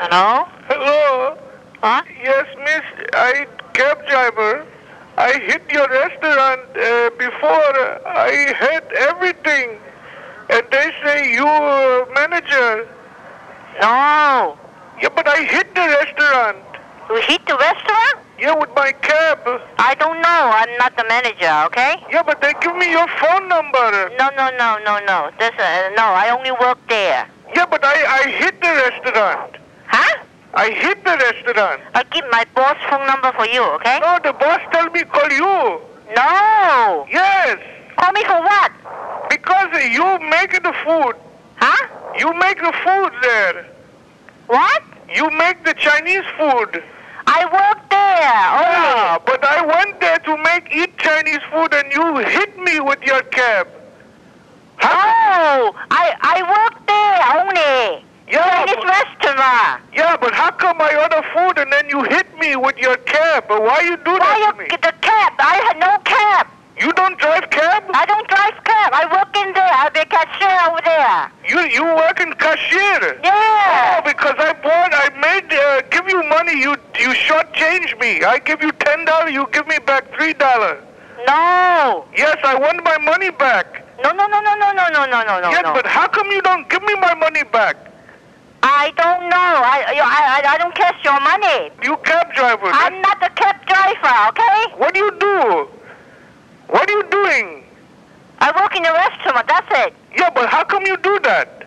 Hello? Hello. Huh? Yes, miss. I cab driver. I hit your restaurant uh, before. I had everything, and they say you uh, manager. No. Yeah, but I hit the restaurant. You hit the restaurant? Yeah, with my cab. I don't know. I'm not the manager, okay? Yeah, but they give me your phone number. No, no, no, no, no. This, uh, no, I only work there. Yeah, but I I hit the restaurant. Huh? I hit the restaurant. I'll give my boss phone number for you, okay? No, the boss tell me call you. No. Yes, Call me for what? because you make the food. Huh? You make the food there. What? You make the Chinese food. I work there. Yeah, Only. but I went there to make eat Chinese food and you hit me with your cab. Huh? Oh, I I work there only. Yeah, Chinese but, restaurant. yeah, but how come I order food and then you hit me with your cab? Why you do Why that you to me? get the cab? I had no cab. You don't drive cab? I don't drive cab. I work in there. I'm a cashier over there. You you work in cashier. Oh, Yeah. because I bought, I made, uh, give you money. You you shortchange me. I give you ten dollar, you give me back three dollar. No. Yes, I want my money back. No, no, no, no, no, no, no, no, no, no. yes, no. but how come you don't give me my money back? I don't know. I, you- I, I, I don't cash your money. You cab driver. I'm not a cab driver, okay? What do you do? What are you doing? I work in a restaurant. That's it. Yeah, but how come you do that?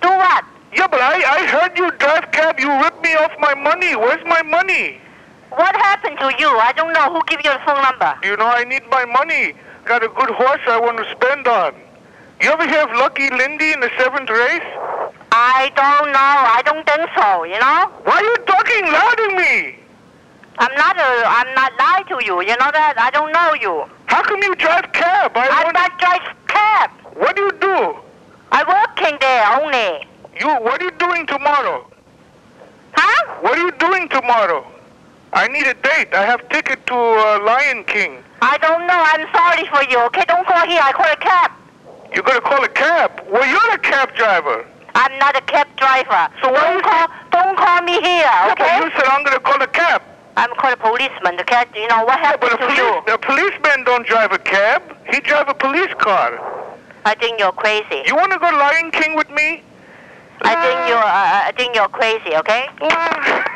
Do what? Yeah, but I, I heard you drive cab. You ripped me off my money. Where's my money? What happened to you? I don't know. Who give you the phone number? You know, I need my money. Got a good horse I want to spend on. You ever hear of Lucky Lindy in the seventh race? I don't know. I don't think so. You know? Why are you talking loud to me? I'm not. A, I'm not lying to you. You know that? I don't know you. How come you drive cab? I I'm want. not drive cab. What do you do? I working there only. You what are you doing tomorrow? Huh? What are you doing tomorrow? I need a date. I have ticket to uh, Lion King. I don't know. I'm sorry for you. Okay? Don't call here. I call a cab. You're gonna call a cab? Well, you're a cab driver. I'm not a cab driver. So why don't you- call? Don't call me here. But Okay? you said I'm gonna call a cab. I'm called a policeman. The cat, you know what happened But a, to you? police, a policeman don't drive a cab. He drive a police car. I think you're crazy. You wanna go Lion King with me? Ah. I think you're. Uh, I think you're crazy. Okay? Wow.